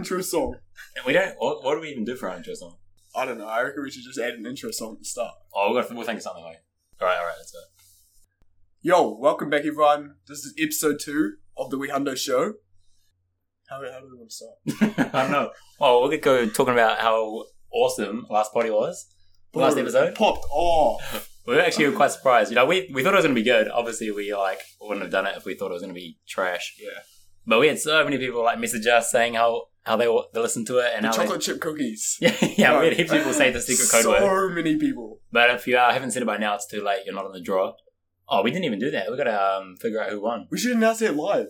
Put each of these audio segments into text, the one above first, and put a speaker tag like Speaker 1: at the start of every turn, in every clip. Speaker 1: intro song.
Speaker 2: And we don't. What, what do we even do for our intro song?
Speaker 1: I don't know. I reckon we should just add an intro song at the start.
Speaker 2: Oh, we'll, we'll think of something. Like, all right, all right, let's go.
Speaker 1: Yo, welcome back, everyone. This is episode two of the We Hundo Show. How, how do we want to start?
Speaker 2: I don't know. Oh, Well, we could go talking about how awesome last party was. The last
Speaker 1: Boom. Oh.
Speaker 2: episode?
Speaker 1: popped off.
Speaker 2: We were actually quite surprised. You know, we, we thought it was going to be good. Obviously, we like wouldn't have done it if we thought it was going to be trash.
Speaker 1: Yeah.
Speaker 2: But we had so many people like message us saying how how they wa- they listened to it and
Speaker 1: The
Speaker 2: how they-
Speaker 1: chocolate chip cookies.
Speaker 2: yeah yeah we had
Speaker 1: Right.
Speaker 2: heaps of people say the secret code
Speaker 1: so
Speaker 2: word.
Speaker 1: many people.
Speaker 2: But if you uh, haven't said it by now, it's too late. You're not in the draw. Oh, we didn't even do that. We got to um, figure out who won.
Speaker 1: We should announce it live.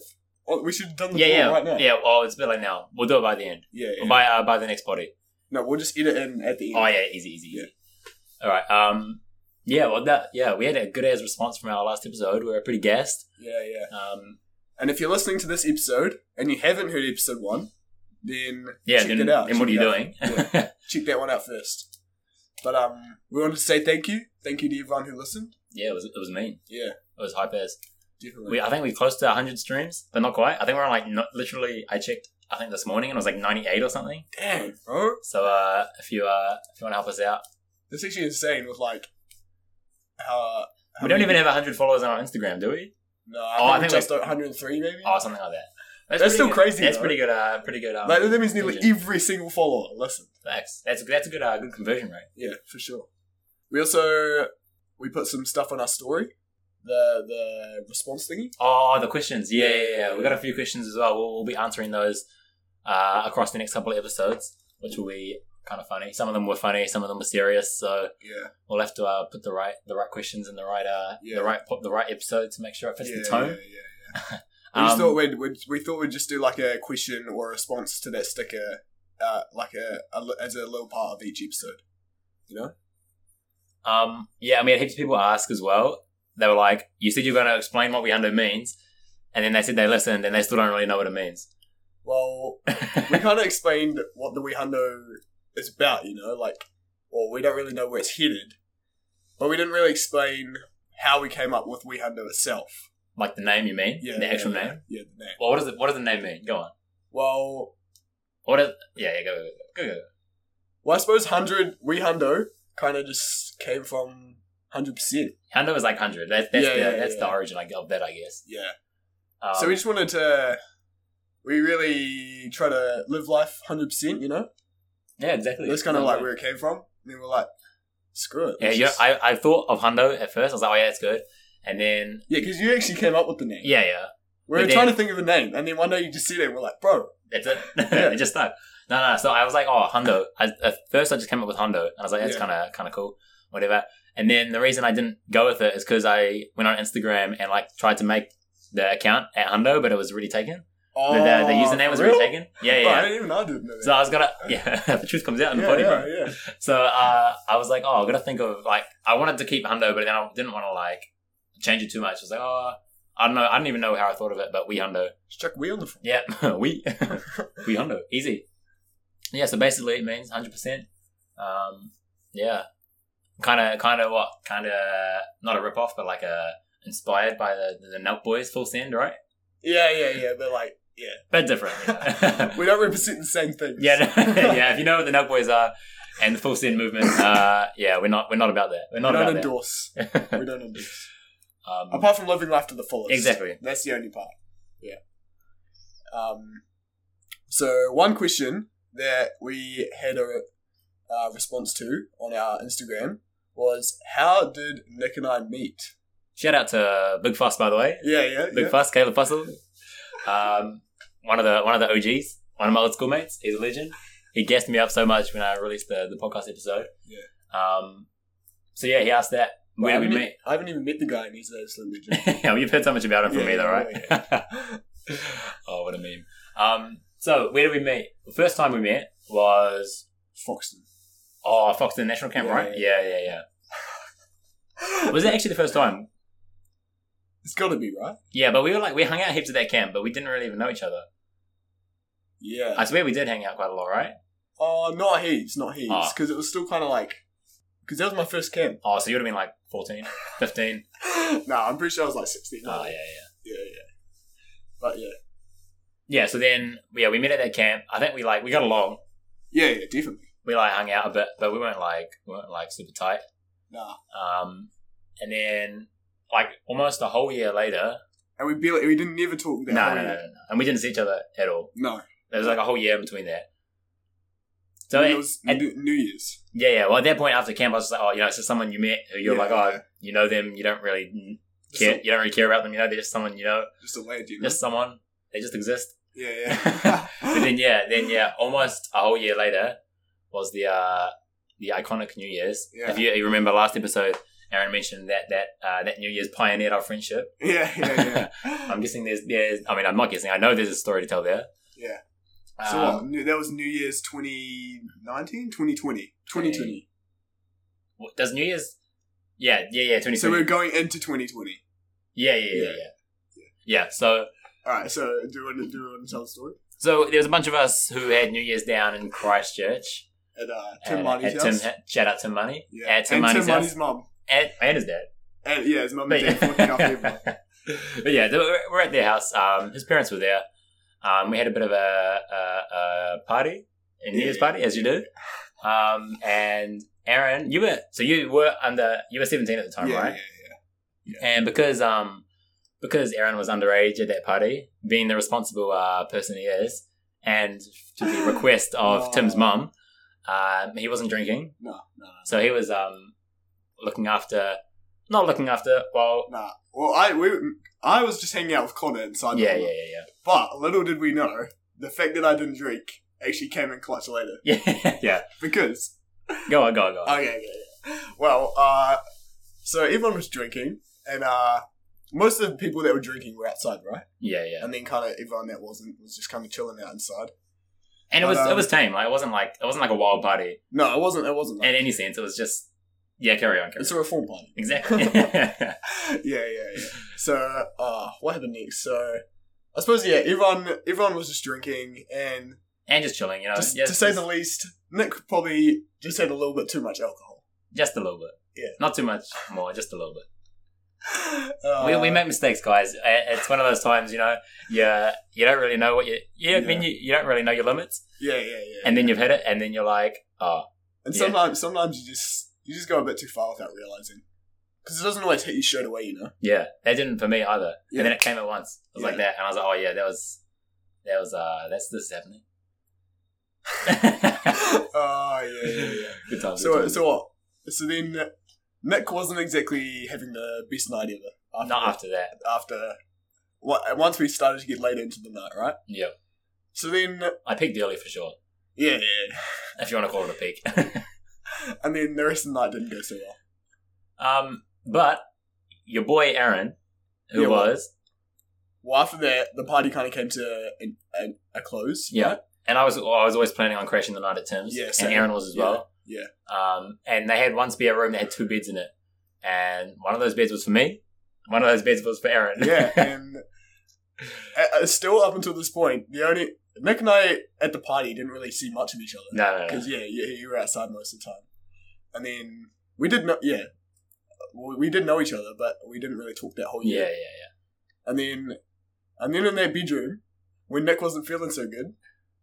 Speaker 1: Oh, We should have done the
Speaker 2: Yeah,
Speaker 1: poll
Speaker 2: yeah,
Speaker 1: right now.
Speaker 2: yeah. Well, it's a bit late now. We'll do it by the end.
Speaker 1: yeah,
Speaker 2: Or
Speaker 1: yeah.
Speaker 2: By uh, by the next body.
Speaker 1: No, we'll just edit in at the end.
Speaker 2: Oh yeah, easy, easy, easy. All right. Um. Yeah. Well, that. Yeah, we had a good ass response from our last episode. We were pretty gassed.
Speaker 1: yeah, yeah.
Speaker 2: Um.
Speaker 1: And if you're listening to this episode and you haven't heard episode one, then
Speaker 2: Yeah.
Speaker 1: check
Speaker 2: then,
Speaker 1: it out.
Speaker 2: then what are
Speaker 1: check
Speaker 2: you
Speaker 1: it out.
Speaker 2: doing? Yeah.
Speaker 1: check that one out first. But um, we wanted to say thank you, thank you to everyone who listened.
Speaker 2: it was. It was mean.
Speaker 1: Yeah,
Speaker 2: It was hype as.
Speaker 1: definitely.
Speaker 2: We. I think we close to hundred streams, but not quite. I think we're on like not, literally. I checked. I think this morning, and it was like ninety eight or something.
Speaker 1: Damn, bro,
Speaker 2: So uh, if you uh, if you want to help us out,
Speaker 1: that's actually insane. With like, how, how
Speaker 2: we don't
Speaker 1: many-
Speaker 2: even have hundred followers on our Instagram, do we?
Speaker 1: No, I
Speaker 2: Oh, I
Speaker 1: think,
Speaker 2: think
Speaker 1: we're just 103 maybe.
Speaker 2: Oh, something like that.
Speaker 1: That's
Speaker 2: pretty
Speaker 1: still
Speaker 2: good-
Speaker 1: crazy,
Speaker 2: That's
Speaker 1: though.
Speaker 2: pretty good. Uh, pretty good. Um,
Speaker 1: like that means nearly
Speaker 2: conversion.
Speaker 1: every single follower listened.
Speaker 2: Facts. That's that's a good uh, good conversion rate.
Speaker 1: Yeah, for sure. We also we put some stuff on our story, the the response thingy.
Speaker 2: Oh, the questions. Yeah, yeah, yeah. We've got a few questions as well. We'll, we'll be answering those uh, across the next couple of episodes, which will be kind of funny. Some of them were funny, some of them were serious. So
Speaker 1: Yeah,
Speaker 2: we'll have to uh, put the right the right questions in the right uh,
Speaker 1: Yeah.
Speaker 2: the right pop the right episode to make sure it fits
Speaker 1: yeah,
Speaker 2: the tone.
Speaker 1: Yeah, yeah. We just
Speaker 2: Um,
Speaker 1: thought we'd, we'd we thought we'd just do like a question or a response to that sticker, uh, like a, a li- as a little part of each episode. You know,
Speaker 2: Um, yeah, I mean, heaps of people ask as well. They were like, "You said you're going to explain what we under means," and then they said they listened and they still don't really know what it means.
Speaker 1: well, we kind of explained what the WeHundo is about. You know, like, well, we don't really know where it's headed, but we didn't really explain how we came up with WeHundo itself.
Speaker 2: like the name, you mean?
Speaker 1: Yeah,
Speaker 2: the
Speaker 1: yeah,
Speaker 2: actual
Speaker 1: yeah,
Speaker 2: name.
Speaker 1: Yeah, the name.
Speaker 2: Well, what does it? What does the name mean? Go on.
Speaker 1: Well,
Speaker 2: What is? Yeah, yeah, go, go, go, go, go.
Speaker 1: well, I suppose hundred WeHundo kind of just came from hundred percent.
Speaker 2: Hundo is like hundred. That, that's
Speaker 1: Yeah,
Speaker 2: the,
Speaker 1: yeah,
Speaker 2: that's
Speaker 1: yeah.
Speaker 2: the origin like, of that, I guess.
Speaker 1: Yeah.
Speaker 2: Um,
Speaker 1: So we just wanted to, we really try to live life hundred percent. You know,
Speaker 2: yeah, exactly.
Speaker 1: that's kind of like where it came from. And then we're like, screw it.
Speaker 2: Yeah,
Speaker 1: let's
Speaker 2: yeah.
Speaker 1: just-
Speaker 2: I, I thought of Hundo at first. I was like, oh yeah, it's good. And then
Speaker 1: yeah, because you actually came up with the name.
Speaker 2: yeah, yeah,
Speaker 1: we
Speaker 2: but
Speaker 1: were
Speaker 2: then-
Speaker 1: trying to think of a name, and then one day you just see it. and We're like, bro,
Speaker 2: that's it.
Speaker 1: Yeah.
Speaker 2: it just stuck. No, no. So I was like, oh, Hundo. I, at first, I just came up with Hundo, and I was like, that's
Speaker 1: Yeah.
Speaker 2: kind of kind of cool, whatever. And then the reason I didn't go with it is because I went on Instagram and like tried to make the account at Hundo, but it was already taken.
Speaker 1: oh,
Speaker 2: the, the, the username was already
Speaker 1: really?
Speaker 2: taken. Yeah, yeah.
Speaker 1: Bro, I
Speaker 2: yeah.
Speaker 1: didn't even know I didn't know that.
Speaker 2: So I was gonna, yeah, the truth comes out in the
Speaker 1: yeah,
Speaker 2: body, bro.
Speaker 1: yeah, yeah.
Speaker 2: So uh, I was like, oh, I gotta think of like I wanted to keep Hundo, but then I didn't want to like change it too much. I was like, oh, I don't know, I don't even know how I thought of it, but we Hundo,
Speaker 1: Just chuck we on the front.
Speaker 2: yeah, we we Hundo, easy. Yeah, so basically it means hundred percent. Um, yeah, kind of, kind of what, kind of not a rip off, but like a inspired by the the Nelk Boys, Full Send, right?
Speaker 1: Yeah, yeah, yeah. But like,
Speaker 2: But different. you know?
Speaker 1: we don't represent the same things.
Speaker 2: Yeah, no, yeah. If you know what the Nug Boys are and the Full Send movement, uh, yeah, we're not we're not about that. We're
Speaker 1: we
Speaker 2: not
Speaker 1: don't
Speaker 2: about
Speaker 1: endorse.
Speaker 2: that.
Speaker 1: we don't endorse.
Speaker 2: um,
Speaker 1: Apart from living life to the fullest.
Speaker 2: exactly.
Speaker 1: That's the only part. Yeah. Um, so one question that we had a uh, response to on our Instagram was, "How did Nick and I meet?"
Speaker 2: Shout out to uh, Big Fuss, by the way.
Speaker 1: Yeah, yeah,
Speaker 2: Big
Speaker 1: yeah.
Speaker 2: Fuss, Caleb Fussell. Um, one of the one of the OGs, one of my old schoolmates. He's a legend. He gassed me up so much when I released the, the podcast episode.
Speaker 1: Yeah.
Speaker 2: Um, so yeah, he asked that.
Speaker 1: I
Speaker 2: Where did
Speaker 1: haven't
Speaker 2: we
Speaker 1: e-
Speaker 2: meet?
Speaker 1: I haven't even met the guy, and he's an absolute legend.
Speaker 2: yeah, well, you've heard so much about him from
Speaker 1: Yeah,
Speaker 2: me, though, right? oh, what a meme. Um, so where did we meet? The first time we met was
Speaker 1: Foxton.
Speaker 2: Oh, Foxton National Camp,
Speaker 1: Yeah,
Speaker 2: right? Yeah, yeah, yeah. Was it actually the first time?
Speaker 1: It's got to be right.
Speaker 2: Yeah, but we were like we hung out heaps at that camp, but we didn't really even know each other.
Speaker 1: Yeah.
Speaker 2: I swear we did hang out quite a lot, right?
Speaker 1: oh, not heaps, not heaps,
Speaker 2: Ah.
Speaker 1: because it was still kind of like, because that was my first camp.
Speaker 2: Oh, so you would have been like 14, 15. Ah,
Speaker 1: no, I'm pretty sure I was like 16.
Speaker 2: oh, yeah, yeah.
Speaker 1: yeah, yeah. But yeah,
Speaker 2: yeah, so then yeah, we met at that camp. I think we like we got along.
Speaker 1: Yeah, yeah, definitely.
Speaker 2: We like hung out a bit, but we weren't like we weren't like super tight.
Speaker 1: Nah.
Speaker 2: Um, and then like almost a whole year later,
Speaker 1: And we barely, we didn't never talk that.
Speaker 2: no, no,
Speaker 1: whole
Speaker 2: no, no,
Speaker 1: year.
Speaker 2: no, and we didn't see each other at all.
Speaker 1: no.
Speaker 2: There was like a whole year in between that. So
Speaker 1: it
Speaker 2: it-
Speaker 1: was
Speaker 2: and-
Speaker 1: New New Year's.
Speaker 2: yeah, yeah. Well, at that point after camp, I was just like, oh, you know, it's just someone you met who you're
Speaker 1: Yeah,
Speaker 2: like, oh, you know them. You don't really
Speaker 1: Just
Speaker 2: care.
Speaker 1: a-
Speaker 2: You don't really care about them. You know, they're just someone you know.
Speaker 1: Just a lad, you know.
Speaker 2: Just someone. They just exist.
Speaker 1: yeah, yeah.
Speaker 2: But then yeah, then yeah, almost a whole year later was the uh, the iconic New Year's.
Speaker 1: Yeah.
Speaker 2: If you, you remember last episode, Aaron mentioned that that uh, that New Year's pioneered our friendship.
Speaker 1: yeah, yeah, yeah.
Speaker 2: I'm guessing there's there's I mean I'm not guessing I know there's a story to tell there.
Speaker 1: Yeah.
Speaker 2: Um,
Speaker 1: so what? New- that was New Year's 2019? 2020. 2020.
Speaker 2: what- does New Year's? Yeah, yeah, yeah. Twenty.
Speaker 1: So we're going into 2020.
Speaker 2: yeah, yeah, yeah, yeah,
Speaker 1: Yeah.
Speaker 2: yeah. Yeah. So
Speaker 1: All right, so do you want to, do you want to tell the story?
Speaker 2: so there was a bunch of us who had New Year's down in Christchurch.
Speaker 1: At uh, Tim
Speaker 2: at,
Speaker 1: Marty's
Speaker 2: at
Speaker 1: house.
Speaker 2: Tim, shout out Tim Money.
Speaker 1: yeah.
Speaker 2: At Tim
Speaker 1: and
Speaker 2: Marty's
Speaker 1: Tim Marty's
Speaker 2: house.
Speaker 1: mum.
Speaker 2: And, and his dad.
Speaker 1: And, yeah, his mum
Speaker 2: But
Speaker 1: and dad fucking up everyone.
Speaker 2: yeah, but yeah, they were, we're at their house. Um, his parents were there. Um, we had a bit of a, a, a party, a New Year's
Speaker 1: Yeah.
Speaker 2: party, as you do. Um, and Aaron, you were so you were under you were seventeen at the time,
Speaker 1: yeah,
Speaker 2: right?
Speaker 1: yeah,
Speaker 2: And because um, because Aaron was underage at that party, being the responsible uh, person he is, and to the request of
Speaker 1: No.
Speaker 2: Tim's mum, um, he wasn't drinking,
Speaker 1: yeah. No, no, no.
Speaker 2: so he was um, looking after, not looking after. Well,
Speaker 1: Nah. Well, I we I was just hanging out with Connor inside. the
Speaker 2: yeah, yeah,
Speaker 1: room.
Speaker 2: yeah, yeah.
Speaker 1: But little did we know, the fact that I didn't drink actually came in clutch later
Speaker 2: Yeah, yeah.
Speaker 1: because
Speaker 2: Go on, go on, go on.
Speaker 1: okay, okay, yeah. Well, uh, so everyone was drinking, and uh, most of the people that were drinking were outside, right?
Speaker 2: yeah, yeah.
Speaker 1: And then kind of everyone that wasn't was just kind of chilling out inside.
Speaker 2: And it was
Speaker 1: but, um,
Speaker 2: it was tame. Like it wasn't like it wasn't like a wild party
Speaker 1: No, it wasn't. It wasn't. Like,
Speaker 2: in any sense. It was just yeah. Carry on, carry
Speaker 1: it's
Speaker 2: on.
Speaker 1: a reform party.
Speaker 2: Exactly.
Speaker 1: yeah, yeah, yeah. So, uh, what happened next? So, I suppose yeah, everyone everyone was just drinking and
Speaker 2: and just chilling, you know.
Speaker 1: to,
Speaker 2: Uh, yes,
Speaker 1: to say
Speaker 2: just,
Speaker 1: the least, Nick probably just had a little bit too much alcohol.
Speaker 2: just a little bit.
Speaker 1: Yeah.
Speaker 2: Not too much more, just a little bit.
Speaker 1: Uh,
Speaker 2: we, we make mistakes, guys. Uh, It's one of those times, you know. Yeah, you don't really know what you. Yeah, I mean, you, you don't really know your limits,
Speaker 1: yeah, yeah, yeah.
Speaker 2: and then you've hit it, and then you're like, oh,
Speaker 1: And
Speaker 2: yeah.
Speaker 1: sometimes, sometimes you just you just go a bit too far without realizing, because it doesn't always hit you straight away, you know.
Speaker 2: yeah, that didn't for me either.
Speaker 1: Yeah.
Speaker 2: And then it came at once. It was like
Speaker 1: Yeah.
Speaker 2: that, and I was like, oh yeah, that was, that was, uh, that's this is happening.
Speaker 1: Oh yeah, yeah, yeah.
Speaker 2: Good times.
Speaker 1: So
Speaker 2: good times.
Speaker 1: so what? So then, Nick wasn't exactly having the best night ever. After
Speaker 2: not after that.
Speaker 1: after what once we started to get later into the night, right?
Speaker 2: Yeah,
Speaker 1: So then,
Speaker 2: I peaked early for sure.
Speaker 1: yeah, yeah.
Speaker 2: If you want to call it a peak.
Speaker 1: and then the rest of the night didn't go so well.
Speaker 2: um, but your boy Aaron, who
Speaker 1: Yeah, well-
Speaker 2: was,
Speaker 1: Well, after that, the party kind of came to an, an, a close.
Speaker 2: Yeah.
Speaker 1: right?
Speaker 2: and I was, I was always planning on crashing the night at Tim's.
Speaker 1: Yeah,
Speaker 2: and
Speaker 1: same.
Speaker 2: Aaron was as well.
Speaker 1: Yeah,
Speaker 2: Um, and they had one spare room that had two beds in it, and one of those beds was for me. One of those beds was for Aaron.
Speaker 1: yeah, and uh, uh, still up until this point, the only Nick and I at the party didn't really see much of each other
Speaker 2: no, no, no.
Speaker 1: because yeah, you, you were outside most of the time, and then we did know yeah, we, we did know each other, but we didn't really talk that whole
Speaker 2: Yeah, yeah,
Speaker 1: year.
Speaker 2: yeah.
Speaker 1: And then, and then in their bedroom, when Nick wasn't feeling so good,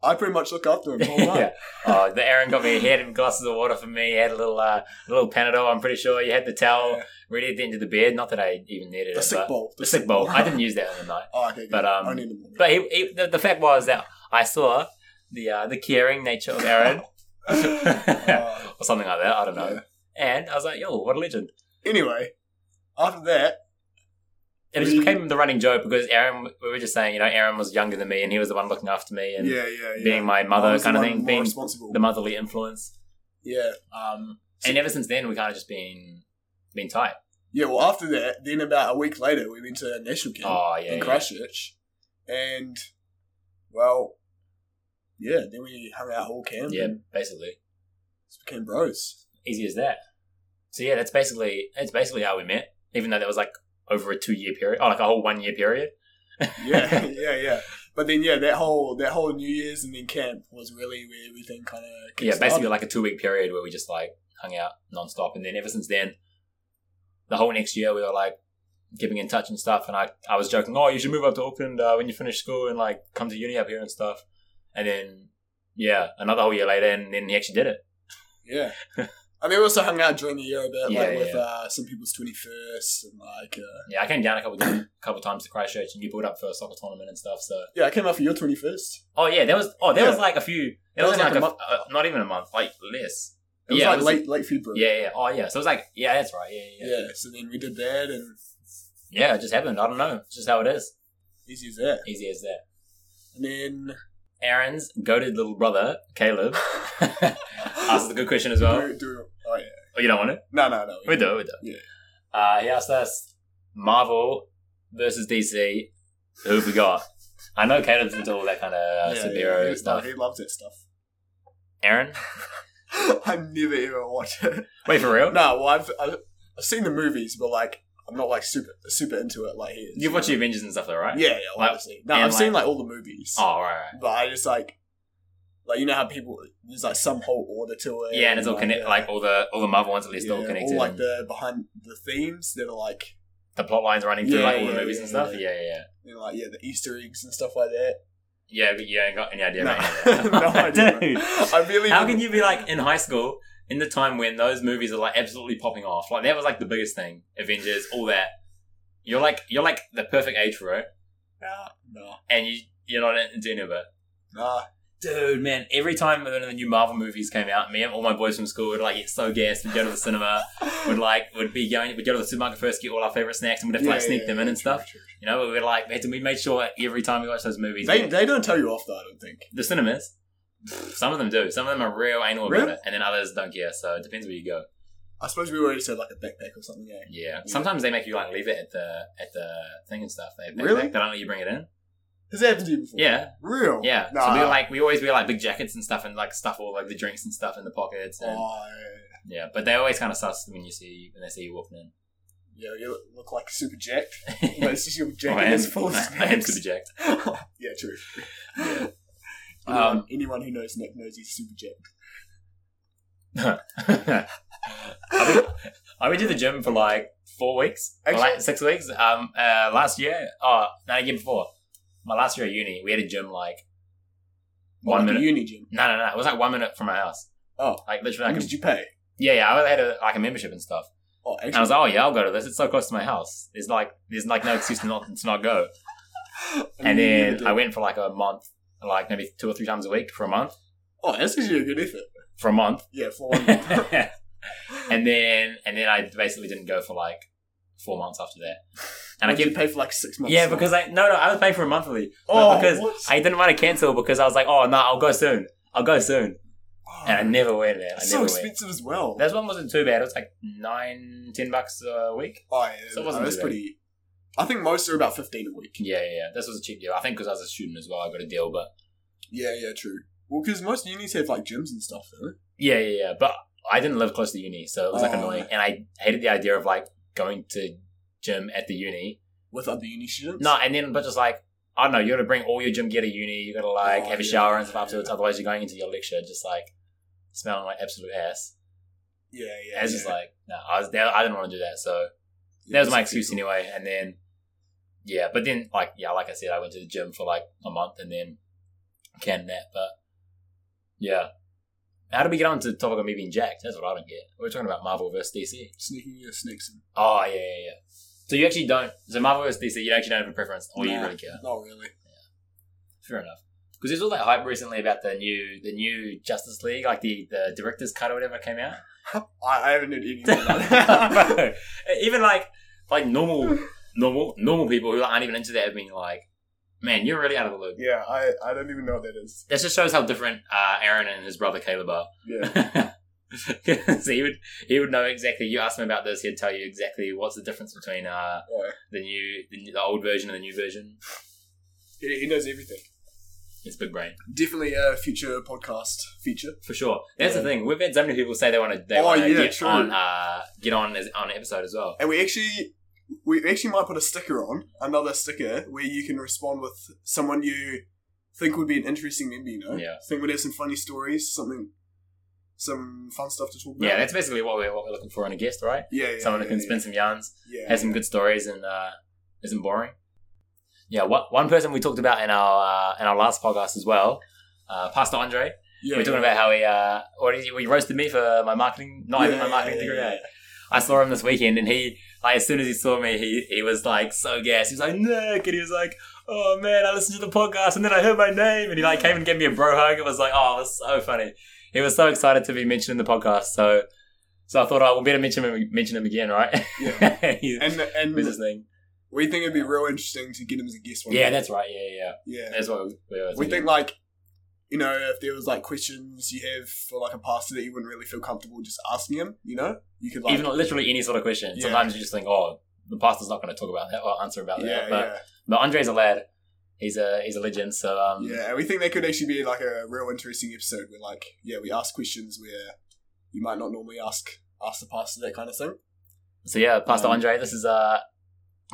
Speaker 1: I pretty much looked after him the whole night.
Speaker 2: yeah. Oh, the Aaron got me. He had glasses of water for me. He had a little, uh, little Panadol. I'm pretty sure. You had the towel ready at the end of the bed. Not that I even needed
Speaker 1: The
Speaker 2: it.
Speaker 1: sick
Speaker 2: but-
Speaker 1: bowl.
Speaker 2: The sick bowl. I didn't use that on the night.
Speaker 1: Oh, okay, good.
Speaker 2: But, um,
Speaker 1: only in the morning.
Speaker 2: But he, he, the, the fact was that I saw the uh, the caring nature of Aaron
Speaker 1: Uh,
Speaker 2: or something like that. I don't know.
Speaker 1: yeah.
Speaker 2: And I was like, yo, what a legend.
Speaker 1: Anyway, after that,
Speaker 2: And it just
Speaker 1: We-
Speaker 2: became the running joke because Aaron, we were just saying, you know, Aaron was younger than me and he was the one looking after me and
Speaker 1: yeah, yeah, yeah.
Speaker 2: being my
Speaker 1: I
Speaker 2: mother
Speaker 1: was the
Speaker 2: kind of
Speaker 1: one
Speaker 2: thing,
Speaker 1: more
Speaker 2: being
Speaker 1: responsible.
Speaker 2: the motherly influence.
Speaker 1: yeah,
Speaker 2: Um, and ever since then, we kind of just been been tight.
Speaker 1: yeah. Well, after that, then about a week later, we went to a national camp
Speaker 2: Oh, yeah.
Speaker 1: in
Speaker 2: yeah.
Speaker 1: Christchurch, and well, yeah. Then we hung out all camp.
Speaker 2: Yeah,
Speaker 1: and
Speaker 2: basically.
Speaker 1: just became bros.
Speaker 2: Easy as that. So yeah, that's basically that's basically how we met. Even though that was like over a two year period, oh, like a whole one year period.
Speaker 1: Yeah, yeah, yeah. But then, yeah, that whole that whole New Year's and then camp was really where everything kind of
Speaker 2: yeah, basically like a two week period where we just like hung out nonstop, and then ever since then, the whole next year we were like, keeping in touch and stuff. And I, I was joking, oh, you should move up to Auckland uh, when you finish school and like come to uni up here and stuff. And then, yeah, another whole year later, and then he actually did it.
Speaker 1: Yeah. I mean, we also hung out during the year a bit,
Speaker 2: Yeah,
Speaker 1: like
Speaker 2: yeah,
Speaker 1: with
Speaker 2: yeah.
Speaker 1: Uh, some people's twenty first, and like uh,
Speaker 2: Yeah, I came down a couple times, couple times to Christchurch and you pulled up for a soccer tournament and stuff. So,
Speaker 1: yeah, I came out for your twenty first.
Speaker 2: oh yeah, that was oh that
Speaker 1: Yeah.
Speaker 2: was like a few. That, was, like, a,
Speaker 1: month.
Speaker 2: uh, not even a month, like less.
Speaker 1: It was
Speaker 2: Yeah, it
Speaker 1: like
Speaker 2: was-
Speaker 1: late late February.
Speaker 2: Yeah, yeah. Oh yeah. So it was like yeah, that's right. Yeah, yeah, yeah.
Speaker 1: yeah. So then we did that, and
Speaker 2: Yeah, it just happened. I don't know. It's just how it is.
Speaker 1: easy as that.
Speaker 2: Easy as that.
Speaker 1: And then
Speaker 2: Aaron's goaded little brother Caleb asked us a good question as well.
Speaker 1: do, do, oh yeah,
Speaker 2: Oh, you don't want it?
Speaker 1: no, no, no.
Speaker 2: We do, we do.
Speaker 1: Yeah.
Speaker 2: Uh, he asked us Marvel versus DC. Who have we got? I know Caleb's into all that kind of
Speaker 1: Yeah,
Speaker 2: superhero
Speaker 1: yeah, yeah,
Speaker 2: uh, stuff.
Speaker 1: He loves that stuff.
Speaker 2: Aaron,
Speaker 1: I've never ever watched it.
Speaker 2: wait for real?
Speaker 1: No, well, I've, I've I've seen the movies, but like I'm not like super super into it like he is.
Speaker 2: You've watched the Avengers and stuff, though, right?
Speaker 1: Yeah, yeah,
Speaker 2: Like,
Speaker 1: obviously. No,
Speaker 2: and,
Speaker 1: I've seen like all the movies,
Speaker 2: Oh, right, right.
Speaker 1: but I just like like you know how people there's like some whole order to it.
Speaker 2: Yeah, and it's all
Speaker 1: connected,
Speaker 2: connect like all the all the Marvel ones at least all connected.
Speaker 1: All like
Speaker 2: and
Speaker 1: the behind the themes that are like
Speaker 2: the plot lines running through
Speaker 1: Yeah,
Speaker 2: like all the
Speaker 1: yeah,
Speaker 2: movies
Speaker 1: yeah,
Speaker 2: and stuff.
Speaker 1: yeah.
Speaker 2: Yeah, yeah, yeah.
Speaker 1: you know, like yeah the Easter eggs and stuff like that.
Speaker 2: Yeah, but you ain't got any idea,
Speaker 1: no,
Speaker 2: mate.
Speaker 1: no idea.
Speaker 2: Dude,
Speaker 1: I really
Speaker 2: how can you be like in high school in the time when those movies are like absolutely popping off? Like that was like the biggest thing, Avengers, all that. You're like you're like the perfect age for it,
Speaker 1: Nah, nah,
Speaker 2: and you you're not into any of it.
Speaker 1: nah.
Speaker 2: Dude, man, every time when the new Marvel movies came out, me and all my boys from school would like get so gassed. We'd go to the cinema. Would like would be going. We'd go to the supermarket first, get all our favorite snacks, and we'd have to like sneak them in and stuff. You know, we were like, we, had to, we made sure every time we watched those movies,
Speaker 1: They they don't tell you off though. I don't think.
Speaker 2: the cinemas. Some of them do. Some of them are real anal about
Speaker 1: Really?
Speaker 2: it, and then others don't care. So it depends where you go.
Speaker 1: I suppose we already said like a backpack or something. Yeah.
Speaker 2: Yeah. Sometimes they make you like leave it at the at the thing and stuff. They, they,
Speaker 1: Really?
Speaker 2: They don't let you bring it in.
Speaker 1: Has that happened to you before?
Speaker 2: Yeah.
Speaker 1: Real.
Speaker 2: Yeah.
Speaker 1: Nah.
Speaker 2: So we like we always wear like big jackets and stuff, and like stuff all like the drinks and stuff in the pockets. And,
Speaker 1: Oh,
Speaker 2: Yeah. But they always kind of sus when you see when they see you walking in.
Speaker 1: yeah, you look like super jacked.
Speaker 2: Oh,
Speaker 1: But it's just your
Speaker 2: I
Speaker 1: jacket
Speaker 2: am-
Speaker 1: is full of
Speaker 2: I am
Speaker 1: snakes.
Speaker 2: super jacked.
Speaker 1: yeah, true.
Speaker 2: Yeah.
Speaker 1: Anyone,
Speaker 2: Um,
Speaker 1: anyone who knows Nick knows he's super jacked.
Speaker 2: I went, I went to the gym for like four weeks, or, like
Speaker 1: Actually-
Speaker 2: six weeks. Um, uh, last year, oh, no, the year before, my last year at uni, we had a gym like one
Speaker 1: Like a
Speaker 2: minute.
Speaker 1: uni gym.
Speaker 2: no, no, no, it was like one minute from my house.
Speaker 1: Oh.
Speaker 2: like literally,
Speaker 1: How
Speaker 2: like
Speaker 1: much
Speaker 2: a,
Speaker 1: did you pay?
Speaker 2: yeah, yeah. I had a, like a membership and stuff,
Speaker 1: Oh,
Speaker 2: and I
Speaker 1: actually,
Speaker 2: was like, oh yeah, I'll go to this. It's so close to my house. There's like, there's like no excuse to not to not go. And then I went for like a month, like maybe two or three times a week for a month,
Speaker 1: Oh, that's actually a good effort.
Speaker 2: for a month.
Speaker 1: Yeah, for one month.
Speaker 2: and then and then I basically didn't go for like four months after that. And I
Speaker 1: What did you
Speaker 2: kept
Speaker 1: pay for like six months.
Speaker 2: yeah because I no no I was paying for a monthly.
Speaker 1: oh,
Speaker 2: because
Speaker 1: what?
Speaker 2: I didn't want to cancel because I was like oh no I'll go soon I'll go soon
Speaker 1: Oh,
Speaker 2: and I never went man I
Speaker 1: it's so
Speaker 2: never went.
Speaker 1: expensive as well.
Speaker 2: This one wasn't too bad. It was like nine ten bucks a week.
Speaker 1: oh, yeah,
Speaker 2: so it
Speaker 1: no,
Speaker 2: wasn't
Speaker 1: that's
Speaker 2: too bad.
Speaker 1: pretty. I think most are about fifteen a week.
Speaker 2: Yeah yeah yeah. This was a cheap deal. I think because I was a student as well I got a deal but
Speaker 1: Yeah, yeah, true. Well, because most unis have like gyms and stuff, though.
Speaker 2: yeah yeah yeah but I didn't live close to uni so it was like
Speaker 1: Oh.
Speaker 2: annoying and I hated the idea of like going to gym at the uni
Speaker 1: With other uni students.
Speaker 2: No, and then but just like I don't know, you got to bring all your gym gear to uni. You got to like
Speaker 1: Oh,
Speaker 2: have a
Speaker 1: yeah,
Speaker 2: shower and stuff
Speaker 1: yeah.
Speaker 2: afterwards. Otherwise, you're going into your lecture just like smelling like absolute ass.
Speaker 1: Yeah, yeah.
Speaker 2: And it's
Speaker 1: yeah.
Speaker 2: just like no, I was there. I didn't want to do that, so
Speaker 1: Yeah,
Speaker 2: that was my
Speaker 1: it's pretty
Speaker 2: excuse anyway. And then yeah, but then like yeah, like I said, I went to the gym for like a month and then canned that. But yeah, how do we get on to the topic of me being jacked? That's what I don't get. We're talking about Marvel versus DC.
Speaker 1: cool. Sneaking your snakes in.
Speaker 2: Oh yeah, yeah, yeah. So you actually don't. So Marvel versus DC, you actually don't have a preference, or you
Speaker 1: Nah,
Speaker 2: really care.
Speaker 1: Not Oh, really.
Speaker 2: Fair enough. Because there's all that hype recently about the new the new Justice League, like the, the director's cut or whatever came out.
Speaker 1: I, I haven't heard anything about that.
Speaker 2: Bro, even like like normal normal normal people who aren't even into that have been like, man, you're really out of the loop.
Speaker 1: yeah, I, I don't even know what that is.
Speaker 2: This just shows how different uh, Aaron and his brother Caleb are.
Speaker 1: Yeah.
Speaker 2: so he would he would know exactly. You ask him about this, he'd tell you exactly what's the difference between uh,
Speaker 1: Yeah.
Speaker 2: the new the, new- the old version and the new version.
Speaker 1: He, he knows everything.
Speaker 2: It's big brain
Speaker 1: Definitely a future podcast feature.
Speaker 2: For sure. That's
Speaker 1: Yeah.
Speaker 2: the thing. We've had so many people say they want to they
Speaker 1: Oh,
Speaker 2: want to
Speaker 1: yeah,
Speaker 2: get
Speaker 1: true.
Speaker 2: on uh, get on as, on an episode as well.
Speaker 1: And we actually we actually might put a sticker on, another sticker, where you can respond with someone you think would be an interesting member, you know?
Speaker 2: Yeah.
Speaker 1: Think would have some funny stories, something some fun stuff to talk about.
Speaker 2: Yeah, that's basically what we're what we're looking for in a guest, right?
Speaker 1: yeah, yeah
Speaker 2: Someone
Speaker 1: yeah,
Speaker 2: who can
Speaker 1: yeah,
Speaker 2: spin some yarns,
Speaker 1: yeah,
Speaker 2: has some good stories, and uh, isn't boring. Yeah, what, one person we talked about in our uh, in our last podcast as well, uh, Pastor Andre.
Speaker 1: yeah,
Speaker 2: we were talking
Speaker 1: yeah.
Speaker 2: about how he uh, already we roasted me for my marketing, not even
Speaker 1: Yeah,
Speaker 2: my marketing
Speaker 1: yeah,
Speaker 2: degree.
Speaker 1: yeah.
Speaker 2: I saw him this weekend, and he like as soon as he saw me, he he was like so gassed. He was like Nick, and he was like, "Oh man, I listened to the podcast, and then I heard my name," and he like came and gave me a bro hug. It was like, oh, it was so funny. He was so excited to be mentioned in the podcast, so so I thought oh, I will better mention him mention him again, right? Yeah, he's
Speaker 1: and
Speaker 2: what's
Speaker 1: and
Speaker 2: his name.
Speaker 1: we think it'd be real interesting to get him as a guest one.
Speaker 2: Yeah,
Speaker 1: day.
Speaker 2: that's right. Yeah, yeah, yeah.
Speaker 1: yeah.
Speaker 2: that's what we, we were
Speaker 1: we
Speaker 2: thinking.
Speaker 1: think like you know if there was like questions you have for like a pastor that you wouldn't really feel comfortable just asking him you know you could like
Speaker 2: even literally any sort of question.
Speaker 1: Yeah.
Speaker 2: Sometimes you just think, oh, the pastor's not going to talk about that or answer about
Speaker 1: yeah
Speaker 2: that. But, but Andre's a lad. He's a he's a legend. So um,
Speaker 1: yeah yeah and we think that could actually be like a real interesting episode where like yeah we ask questions where you might not normally ask ask the pastor that kind of thing
Speaker 2: so yeah, Pastor
Speaker 1: Um,
Speaker 2: Andre, this is uh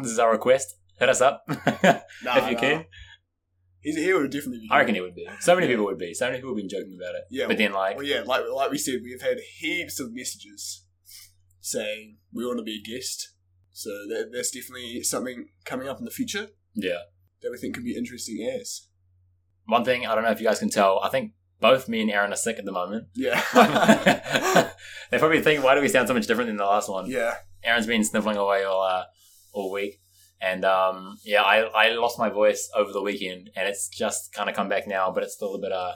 Speaker 2: this is our request. Hit us up if
Speaker 1: nah,
Speaker 2: you
Speaker 1: nah.
Speaker 2: can.
Speaker 1: He's, he would definitely be
Speaker 2: I reckon it would be. So many people would be. So many people have been joking about it.
Speaker 1: yeah
Speaker 2: But then like
Speaker 1: well, yeah like like we said we've had heaps of messages saying we want to be a guest so that, that's definitely something coming up in the future
Speaker 2: yeah.
Speaker 1: that we think could be interesting as
Speaker 2: One thing I don't know if you guys can tell. I think both me and Aaron are sick at the moment.
Speaker 1: yeah
Speaker 2: they probably think why do we sound so much different than the last one?
Speaker 1: yeah
Speaker 2: Aaron's been sniffling away all uh, all week, and um, yeah, I, I lost my voice over the weekend, and it's just kind of come back now, but it's still a bit. Uh,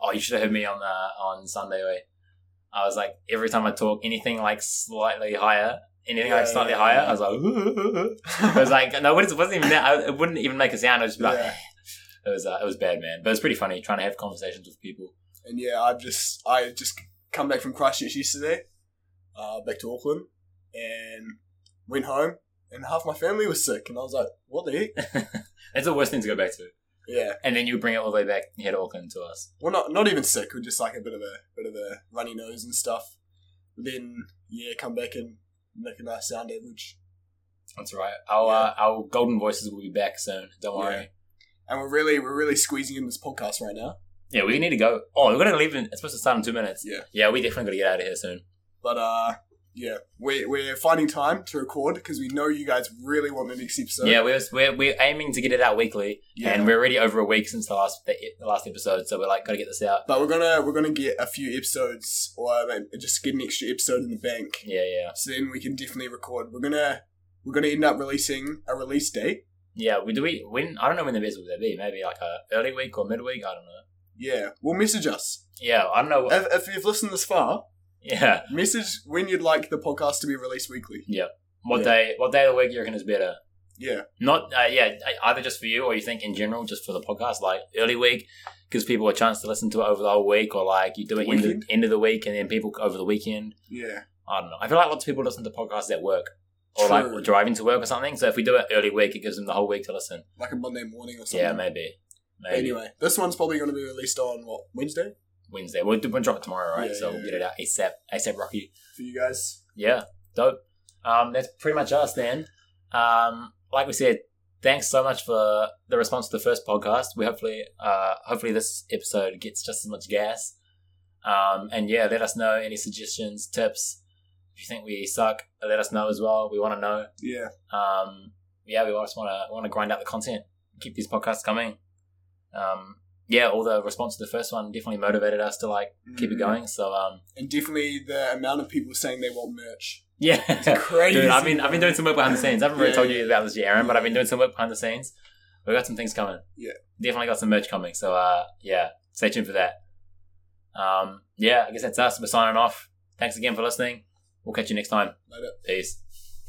Speaker 2: oh, you should have heard me on uh, on Sunday. eh? I was like, every time I talk, anything like slightly higher, anything like
Speaker 1: Yeah,
Speaker 2: slightly
Speaker 1: yeah,
Speaker 2: higher,
Speaker 1: yeah.
Speaker 2: I was like, I was like, no, it wasn't even that. I, it wouldn't even make a sound. It was just like,
Speaker 1: Yeah.
Speaker 2: it was uh, it was bad, man. But it's pretty funny trying to have conversations with people.
Speaker 1: And yeah, I've just I just come back from Christchurch yesterday, uh, back to Auckland, and went home, and half my family was sick, and I was like, "What the heck?"
Speaker 2: It's the worst thing to go back to,
Speaker 1: Yeah,
Speaker 2: and then you bring it all the way back here to Auckland to us.
Speaker 1: well, not not even sick, we're just like a bit of a bit of a runny nose and stuff. Then yeah, come back and make a nice sound average,
Speaker 2: That's right. Our uh, our golden voices will be back soon. Don't worry.
Speaker 1: and we're really we're really squeezing in this podcast right now.
Speaker 2: Yeah, we need to go. Oh, we're gonna leave. In, it's supposed to start in two minutes.
Speaker 1: Yeah.
Speaker 2: Yeah, we definitely gotta get out of here soon.
Speaker 1: But uh, yeah, we we're finding time to record because we know you guys really want the next episode.
Speaker 2: yeah, we're, we're we're aiming to get it out weekly,
Speaker 1: yeah.
Speaker 2: and we're already over a week since the last the, the last episode. So we're like, gotta get this out.
Speaker 1: But we're gonna we're gonna get a few episodes, or I mean, just get an extra episode in the bank,
Speaker 2: Yeah, yeah,
Speaker 1: so then we can definitely record. We're gonna we're gonna end up releasing a release date.
Speaker 2: yeah. We do we when I don't know when the best would be. Maybe like a early week or midweek. I don't know.
Speaker 1: Yeah, well, message us
Speaker 2: Yeah, I don't know.
Speaker 1: if, if you've listened this far.
Speaker 2: yeah,
Speaker 1: Message when you'd like the podcast to be released weekly.
Speaker 2: what
Speaker 1: Yeah.
Speaker 2: day? What day of the week you reckon is better?
Speaker 1: Yeah,
Speaker 2: Not uh, yeah, either just for you or you think in general, just for the podcast. Like early week gives people a chance to listen to it over the whole week, or like you do it end of,
Speaker 1: Weekend?
Speaker 2: end of the week and then people over the weekend.
Speaker 1: yeah,
Speaker 2: I don't know. I feel like lots of people listen to podcasts at work or like
Speaker 1: True.
Speaker 2: driving to work or something. So if we do it early week, it gives them the whole week to listen.
Speaker 1: like a Monday morning or something.
Speaker 2: Yeah, maybe. Maybe
Speaker 1: Anyway, this one's probably going to be released on what Wednesday
Speaker 2: Wednesday. We'll, do- we'll drop it tomorrow, right?
Speaker 1: Yeah,
Speaker 2: so
Speaker 1: yeah,
Speaker 2: we'll get it out ASAP. ASAP Rocky.
Speaker 1: for you guys.
Speaker 2: Yeah, dope. Um, that's pretty much us then. Um, like we said, thanks so much for the response to the first podcast. We hopefully, uh, hopefully this episode gets just as much gas. Um, and yeah, let us know any suggestions, tips. If you think we suck, let us know as well. We want to know.
Speaker 1: Yeah,
Speaker 2: Um, yeah, we just want to want to grind out the content, keep these podcasts coming. Um, yeah, all the response to the first one definitely motivated us to like keep it
Speaker 1: Mm.
Speaker 2: going. So um,
Speaker 1: And definitely the amount of people saying they want merch.
Speaker 2: yeah.
Speaker 1: Crazy.
Speaker 2: Dude, I've been I've been doing some work behind the scenes. I haven't really
Speaker 1: Yeah,
Speaker 2: told
Speaker 1: yeah,
Speaker 2: you about this yet, Aaron, but I've been doing some work behind the scenes. We got some things coming.
Speaker 1: Yeah.
Speaker 2: definitely got some merch coming. So uh, yeah, stay tuned for that. Um, yeah, I guess that's us. We're signing off. Thanks again for listening. We'll catch you next time.
Speaker 1: Later.
Speaker 2: Peace.